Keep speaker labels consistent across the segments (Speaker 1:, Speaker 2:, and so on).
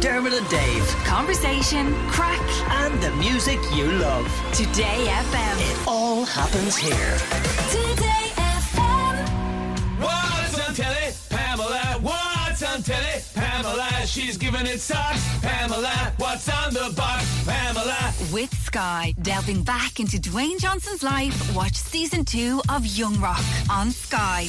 Speaker 1: Dermot and Dave,
Speaker 2: Conversation, crack,
Speaker 1: and the music you love.
Speaker 2: Today FM.
Speaker 1: It all happens here.
Speaker 2: Today FM.
Speaker 3: What's on telly? Pamela. What's on telly? Pamela. She's giving it socks. Pamela. What's on the box? Pamela.
Speaker 2: With Sky, delving back into Dwayne Johnson's life, watch season two of Young Rock on Sky.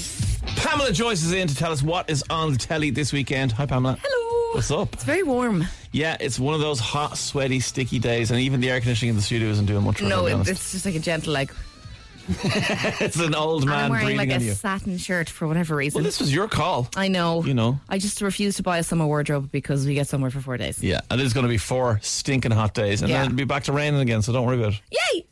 Speaker 3: Pamela Joyce is in to tell us what is on the telly this weekend. Hi, Pamela.
Speaker 4: Hello.
Speaker 3: What's up?
Speaker 4: It's very warm.
Speaker 3: Yeah, it's one of those hot, sweaty, sticky days, and even the air conditioning in the studio isn't doing much. For us,
Speaker 4: No,
Speaker 3: I'll be
Speaker 4: it,
Speaker 3: honest.
Speaker 4: it's just like a gentle like.
Speaker 3: it's an old man
Speaker 4: I'm wearing
Speaker 3: breathing
Speaker 4: like
Speaker 3: on
Speaker 4: a
Speaker 3: you.
Speaker 4: satin shirt for whatever reason.
Speaker 3: Well, this was your call.
Speaker 4: I know.
Speaker 3: You know.
Speaker 4: I just refuse to buy a summer wardrobe because we get somewhere for four days.
Speaker 3: Yeah, and it's going to be four stinking hot days, and
Speaker 4: Yeah.
Speaker 3: then it'll be back to raining again. So don't worry about it.
Speaker 4: Yay!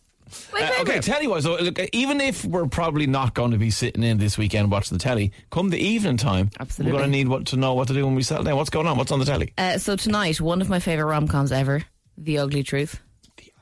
Speaker 4: My
Speaker 3: Uh,
Speaker 4: favourite.
Speaker 3: okay, telly wise, though, look, uh, even if we're probably not going to be sitting in this weekend watching the telly, come the evening time,
Speaker 4: Absolutely.
Speaker 3: we're going to need what to know what to do when we settle down. What's going on? What's on the telly?
Speaker 4: Uh, so tonight, one of my favorite rom coms ever, The Ugly Truth.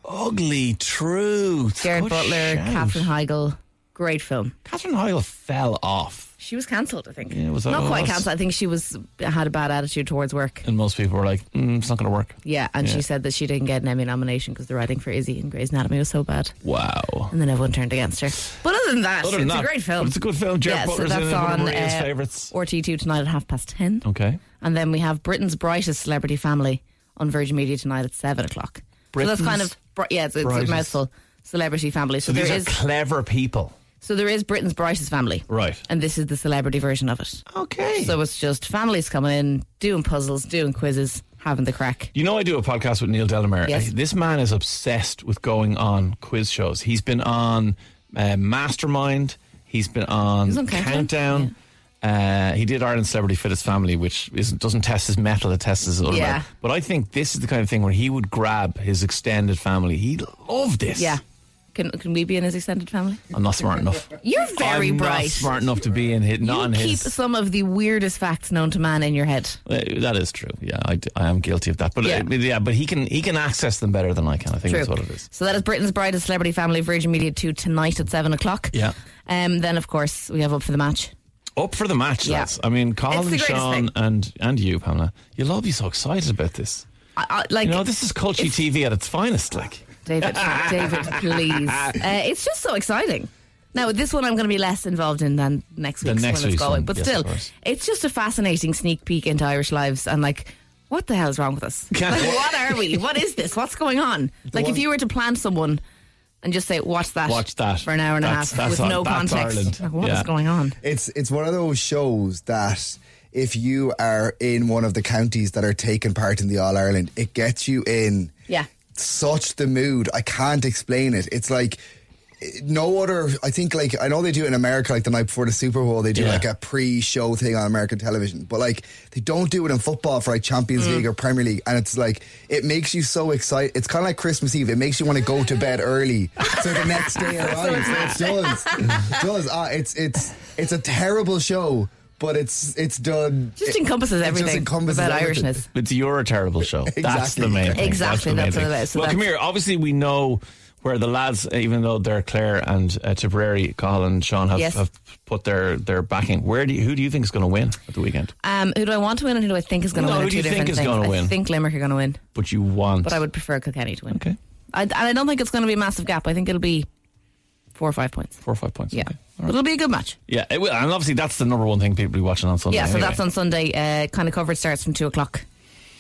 Speaker 3: Ugly Truth.
Speaker 4: Jared
Speaker 3: Good
Speaker 4: Butler,
Speaker 3: shout.
Speaker 4: Catherine Heigl. Great film.
Speaker 3: Catherine Heigl fell off,
Speaker 4: She was cancelled, I think.
Speaker 3: Yeah, was that
Speaker 4: Not
Speaker 3: what it
Speaker 4: quite
Speaker 3: was?
Speaker 4: cancelled. I think she was had a bad attitude towards work.
Speaker 3: and most people were like, mm, "It's not going to work."
Speaker 4: Yeah, and
Speaker 3: Yeah.
Speaker 4: she said that she didn't get an Emmy nomination because the writing for Izzy and Grey's Anatomy was so bad.
Speaker 3: Wow.
Speaker 4: And then everyone turned against her. But other than that,
Speaker 3: Other
Speaker 4: it's
Speaker 3: than that,
Speaker 4: a great film.
Speaker 3: but It's a good film. Jared
Speaker 4: Yeah, so
Speaker 3: Butler's in
Speaker 4: that's
Speaker 3: it, one of
Speaker 4: on,
Speaker 3: Maria's
Speaker 4: uh,
Speaker 3: favorites.
Speaker 4: RT2 tonight at half past 10.
Speaker 3: Okay.
Speaker 4: And then we have Britain's brightest celebrity family on Virgin Media tonight at 7 o'clock. so that's kind
Speaker 3: Britain's
Speaker 4: of, bri- yeah, it's, it's a
Speaker 3: brightest.
Speaker 4: mouthful. Celebrity family. So,
Speaker 3: So these
Speaker 4: there
Speaker 3: are
Speaker 4: is
Speaker 3: clever people.
Speaker 4: so there is Britain's brightest family.
Speaker 3: Right.
Speaker 4: And this is the celebrity version of it.
Speaker 3: Okay.
Speaker 4: So it's just families coming in, doing puzzles, doing quizzes, having the crack.
Speaker 3: You know, I do a podcast with Neil Delamere.
Speaker 4: Yes.
Speaker 3: I- This man is obsessed with going on quiz shows. He's been on uh, Mastermind. He's been on,
Speaker 4: was on Countdown,
Speaker 3: Countdown. Uh, he did Ireland Celebrity Fittest Family, which is, doesn't test his metal, it tests his other
Speaker 4: Yeah.
Speaker 3: metal. But I think this is the kind of thing where he would grab his extended family. He loved this.
Speaker 4: Yeah. Can, can we be in his extended family?
Speaker 3: I'm not smart enough.
Speaker 4: You're very
Speaker 3: I'm
Speaker 4: bright.
Speaker 3: Not smart enough to be in his. Not
Speaker 4: You
Speaker 3: in
Speaker 4: keep
Speaker 3: his.
Speaker 4: some of the weirdest facts known to man in your head.
Speaker 3: Uh, That is true. Yeah, I, d- I am guilty of that. But yeah.
Speaker 4: Yeah.
Speaker 3: yeah, but he can he can access them better than I can. I think that's what it is.
Speaker 4: So that is Britain's brightest celebrity family, Virgin Media Two tonight at seven o'clock.
Speaker 3: Yeah.
Speaker 4: Um. Then of course we have up for the match.
Speaker 3: Up for the match,
Speaker 4: Yeah.
Speaker 3: lads. I mean,
Speaker 4: It's
Speaker 3: Colin,
Speaker 4: the greatest
Speaker 3: Sean,
Speaker 4: thing.
Speaker 3: and and you, Pamela, you'll all be so excited about this.
Speaker 4: I, I, like
Speaker 3: You know, this is culture
Speaker 4: it's-
Speaker 3: TV at its finest. Like,
Speaker 4: David. David, please. Uh, it's just so exciting. Now this one I'm going to be less involved in than next
Speaker 3: Than
Speaker 4: week's
Speaker 3: next
Speaker 4: when
Speaker 3: week's
Speaker 4: it's going,
Speaker 3: one,
Speaker 4: but
Speaker 3: yes,
Speaker 4: still,
Speaker 3: of course.
Speaker 4: it's just a fascinating sneak peek into Irish lives and like. What the hell is wrong with us?
Speaker 3: Yeah.
Speaker 4: Like, what are we? What is this? What's going on? Like, if
Speaker 3: one-
Speaker 4: you were to plan someone and just say, "Watch that,"
Speaker 3: watch that
Speaker 4: for an hour and
Speaker 3: That's-
Speaker 4: a half
Speaker 3: that's
Speaker 4: with
Speaker 3: Ar-
Speaker 4: no
Speaker 3: that's
Speaker 4: context,
Speaker 3: Ireland.
Speaker 4: like, what is
Speaker 3: Yeah.
Speaker 4: going on?
Speaker 5: It's it's one of those shows that if you are in one of the counties that are taking part in the All Ireland, it gets you in
Speaker 4: Yeah.
Speaker 5: such the mood. I can't explain it. It's like eh, no other. I think like I know they do it in America, like the night before the Super Bowl, they do
Speaker 3: Yeah.
Speaker 5: like a pre-show thing on American television. But like they don't do it in football for like Champions
Speaker 3: Mm.
Speaker 5: League or Premier League, and it's like it makes you so excited. It's kind of like Christmas Eve. It makes you want to go to bed early so the next day arrives. it does. It does. Ah, it's it's it's a terrible show, but it's it's done.
Speaker 4: just
Speaker 5: it-
Speaker 4: encompasses
Speaker 5: it just
Speaker 4: everything
Speaker 5: encompasses
Speaker 4: about
Speaker 5: everything.
Speaker 4: Irishness.
Speaker 3: It's your terrible show. That's
Speaker 5: Exactly.
Speaker 3: the main thing.
Speaker 4: Exactly,
Speaker 3: the main
Speaker 4: that's what
Speaker 3: thing.
Speaker 4: it is. So
Speaker 3: well, come
Speaker 4: that's-
Speaker 3: here. Obviously, we know where the lads, even though they're Clare and uh, Tipperary, Colin and Sean have,
Speaker 4: Yes.
Speaker 3: have put their their backing. Where do you, who do you think is going to win at the weekend?
Speaker 4: Um, who do I want to win and who do I think is going to
Speaker 3: No,
Speaker 4: win?
Speaker 3: who
Speaker 4: are
Speaker 3: do
Speaker 4: two
Speaker 3: you think
Speaker 4: different
Speaker 3: is
Speaker 4: things.
Speaker 3: gonna
Speaker 4: I
Speaker 3: win?
Speaker 4: think Limerick are going to win,
Speaker 3: But you want,
Speaker 4: but I would prefer Kilkenny to win.
Speaker 3: okay,
Speaker 4: I, and I don't think it's going to be a massive gap. I think it'll be four or five points.
Speaker 3: four or five points.
Speaker 4: Yeah.
Speaker 3: okay.
Speaker 4: But it'll be a good match.
Speaker 3: Yeah, it will. And obviously, that's the number one thing people be watching on Sunday.
Speaker 4: Yeah, so
Speaker 3: anyway.
Speaker 4: that's on Sunday. Uh, kind of coverage starts from two o'clock,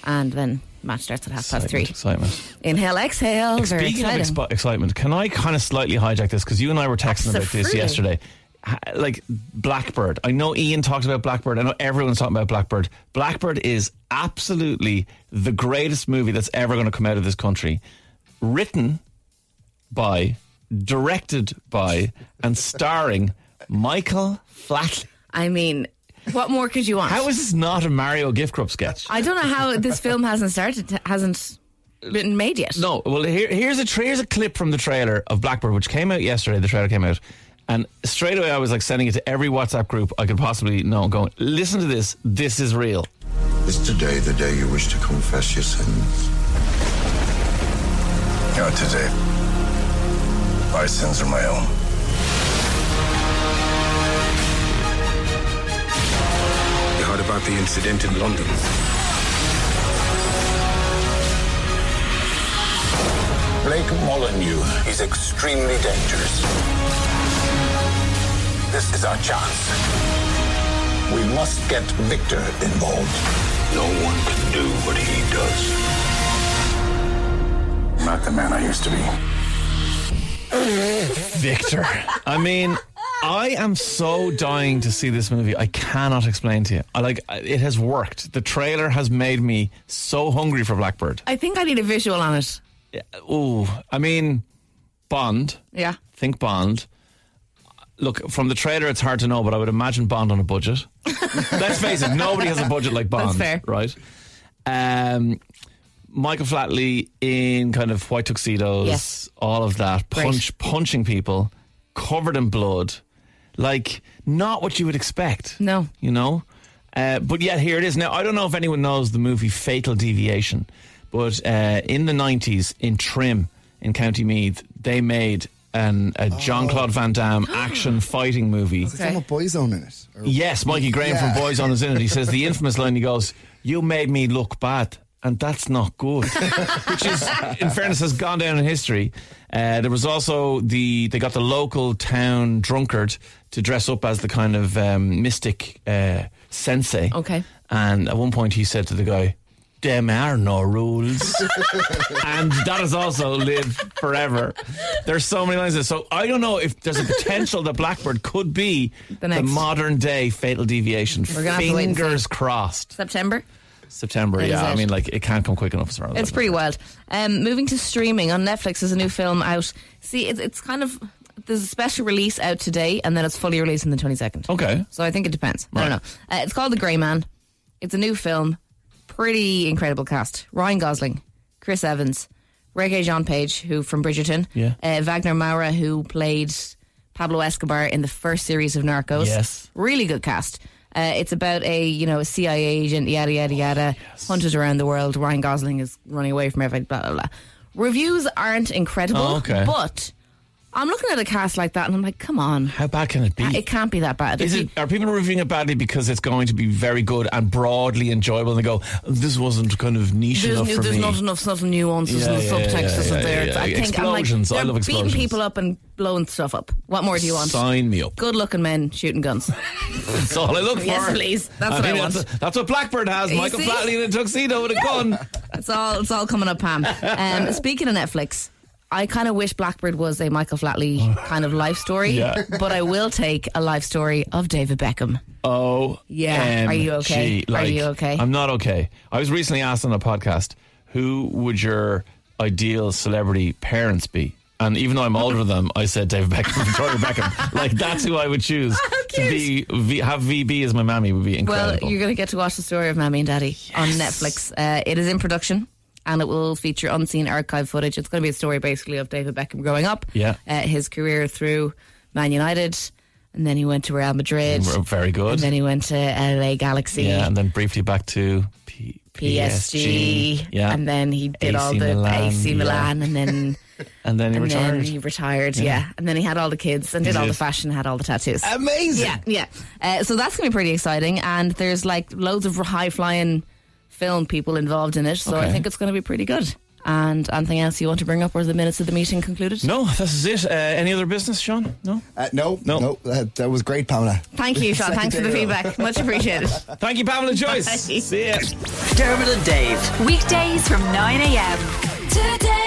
Speaker 4: and then match starts at half past three.
Speaker 3: Excitement.
Speaker 4: Inhale, exhale. Very
Speaker 3: Speaking
Speaker 4: exciting.
Speaker 3: of expi- excitement, can I kind of slightly hijack this? Because you and I were texting about this
Speaker 4: Absolutely.
Speaker 3: yesterday. Ha- Like Blackbird, I know Ian talked about Blackbird. I know everyone's talking about Blackbird. Blackbird is absolutely the greatest movie that's ever going to come out of this country. Written by, directed by, and starring Michael Flatley.
Speaker 4: I mean, what more could you want?
Speaker 3: How is this not a Mario Gift Group sketch?
Speaker 4: I don't know how this film hasn't started, hasn't been made yet.
Speaker 3: No, well, here, here's a tra- here's a clip from the trailer of Blackbird, which came out yesterday. The trailer came out, and straight away I was like sending it to every WhatsApp group I could possibly know, going, "Listen to this. This is real."
Speaker 6: Is today the day you wish to confess your sins? Not today. My sins are my own.
Speaker 7: You heard about the incident in London.
Speaker 6: Mike Molyneux is extremely dangerous. This is our chance. We must get Victor involved. No one can do what he does. I'm not the man I used to be.
Speaker 3: Victor. I mean, I am so dying to see this movie. I cannot explain to you. I like it has worked. The trailer has made me so hungry for Blackbird.
Speaker 4: I think I need a visual on it.
Speaker 3: Yeah, Ooh, I mean, Bond.
Speaker 4: Yeah.
Speaker 3: Think Bond. Look, from the trailer, it's hard to know, but I would imagine Bond on a budget. Let's face it, nobody has a budget like Bond,
Speaker 4: fair.
Speaker 3: right? Um, Michael Flatley in kind of white tuxedos,
Speaker 4: Yes.
Speaker 3: all of that,
Speaker 4: Great.
Speaker 3: punch punching people, covered in blood, like not what you would expect.
Speaker 4: No.
Speaker 3: you know, uh, but yet here it is. Now I don't know if anyone knows the movie Fatal Deviation, but uh, in the nineties in Trim in County Meath they made an a John Claude Van Damme action fighting movie.
Speaker 5: It's on a boyzone in it. Or-
Speaker 3: Yes, Mikey Graham
Speaker 5: Yeah.
Speaker 3: from Boys on the Zinnet. He says the infamous line. He goes, "You made me look bad." And that's not good, which is, in fairness, has gone down in history. Uh, there was also the they got the local town drunkard to dress up as the kind of um, mystic uh, sensei.
Speaker 4: Okay.
Speaker 3: And at one point, he said to the guy, "Them are no rules," and that has also lived forever. There's so many lines. Of this. So I don't know if there's a potential that Blackbird could be
Speaker 4: The next.
Speaker 3: modern day fatal deviation.
Speaker 4: We're gonna have to wait and see.
Speaker 3: Fingers crossed.
Speaker 4: September.
Speaker 3: September.
Speaker 4: That is
Speaker 3: yeah, I
Speaker 4: it.
Speaker 3: mean, like it can't come quick enough. Sorry,
Speaker 4: It's pretty wild. Um, moving to streaming on Netflix is a new film out. See, it's, it's kind of there's a special release out today, and then it's fully released on the twenty second.
Speaker 3: Okay.
Speaker 4: So I think it depends. I
Speaker 3: Right.
Speaker 4: don't know. Uh, it's called The Grey Man. It's a new film. Pretty incredible cast: Ryan Gosling, Chris Evans, Reggae Jean Page, who from Bridgerton,
Speaker 3: Yeah.
Speaker 4: uh, Wagner Maura, who played Pablo Escobar in the first series of Narcos.
Speaker 3: Yes.
Speaker 4: really good cast. Uh, it's about a you know a CIA agent, yada yada
Speaker 3: Oh,
Speaker 4: yada, hunted around the world. Ryan Gosling is running away from everything, blah blah blah. Reviews aren't incredible,
Speaker 3: Oh, okay.
Speaker 4: but I'm looking at a cast like that and I'm like, come on,
Speaker 3: How bad can it be?
Speaker 4: Ah, it can't be that bad.
Speaker 3: Is
Speaker 4: If
Speaker 3: it?
Speaker 4: you-
Speaker 3: Are people reviewing it badly because it's going to be very good and broadly enjoyable? And they go, "This wasn't kind of niche
Speaker 4: There's,
Speaker 3: enough
Speaker 4: new,
Speaker 3: for
Speaker 4: there's
Speaker 3: me."
Speaker 4: not enough subtle nuances
Speaker 3: Yeah,
Speaker 4: and
Speaker 3: yeah,
Speaker 4: subtext
Speaker 3: yeah,
Speaker 4: isn't
Speaker 3: yeah,
Speaker 4: there.
Speaker 3: yeah,
Speaker 4: It's- I
Speaker 3: yeah.
Speaker 4: think
Speaker 3: Explosions. I
Speaker 4: I'm like, they're
Speaker 3: love explosions.
Speaker 4: beating people up and blowing stuff up. What more do you want?
Speaker 3: Sign me up.
Speaker 4: Good looking men shooting guns.
Speaker 3: That's all I look for.
Speaker 4: Yes, please. That's
Speaker 3: I
Speaker 4: what I
Speaker 3: mean,
Speaker 4: want.
Speaker 3: That's, that's what Blackbird has.
Speaker 4: You
Speaker 3: Michael
Speaker 4: see?
Speaker 3: Flatley in a tuxedo with a gun.
Speaker 4: It's all it's all coming up, Pam. Um, speaking of Netflix, I kind of wish Blackbird was a Michael Flatley kind of life story,
Speaker 3: Yeah.
Speaker 4: but I will take a life story of David Beckham.
Speaker 3: Oh,
Speaker 4: Yeah. Are you okay? Are you okay?
Speaker 3: I'm not okay. I was recently asked on a podcast, who would your ideal celebrity parents be? And even though I'm older than them, I said David Beckham, Victoria Beckham. Like that's who I would choose. To be, v, have VB as my mammy would be
Speaker 4: Well,
Speaker 3: incredible.
Speaker 4: you're going to get to watch the story of Mammy and Daddy on Netflix. Uh, it is in production. And it will feature unseen archive footage. It's going to be a story basically of David Beckham growing up,
Speaker 3: Yeah.
Speaker 4: uh, his career through Man United, and then he went to Real Madrid,
Speaker 3: We're very good.
Speaker 4: and then he went to LA Galaxy,
Speaker 3: yeah, and then briefly back to P-
Speaker 4: PSG,
Speaker 3: PSG. Yeah,
Speaker 4: and then he
Speaker 3: AC
Speaker 4: did all the
Speaker 3: Milan,
Speaker 4: AC
Speaker 3: yeah.
Speaker 4: Milan, and then
Speaker 3: and then he
Speaker 4: and
Speaker 3: retired.
Speaker 4: then he retired, yeah. and then he had all the kids and did all
Speaker 3: did.
Speaker 4: the fashion, had all the tattoos.
Speaker 3: Amazing.
Speaker 4: Yeah, yeah. Uh, so that's going to be pretty exciting. And there's like loads of high flying film people involved in it. So
Speaker 3: Okay.
Speaker 4: I think it's going to be pretty good. And anything else you want to bring up, or the minutes of the meeting concluded?
Speaker 3: No, this is it. Uh, any other business, Sean? No.
Speaker 5: Uh, no,
Speaker 3: No.
Speaker 5: no, that, that was great, Pamela.
Speaker 4: Thank you, Sean. Thanks for the feedback. Much appreciated.
Speaker 3: Thank you, Pamela Joyce.
Speaker 4: Bye.
Speaker 3: See ya.
Speaker 1: Dermot and Dave.
Speaker 2: Weekdays from 9 a.m. Today.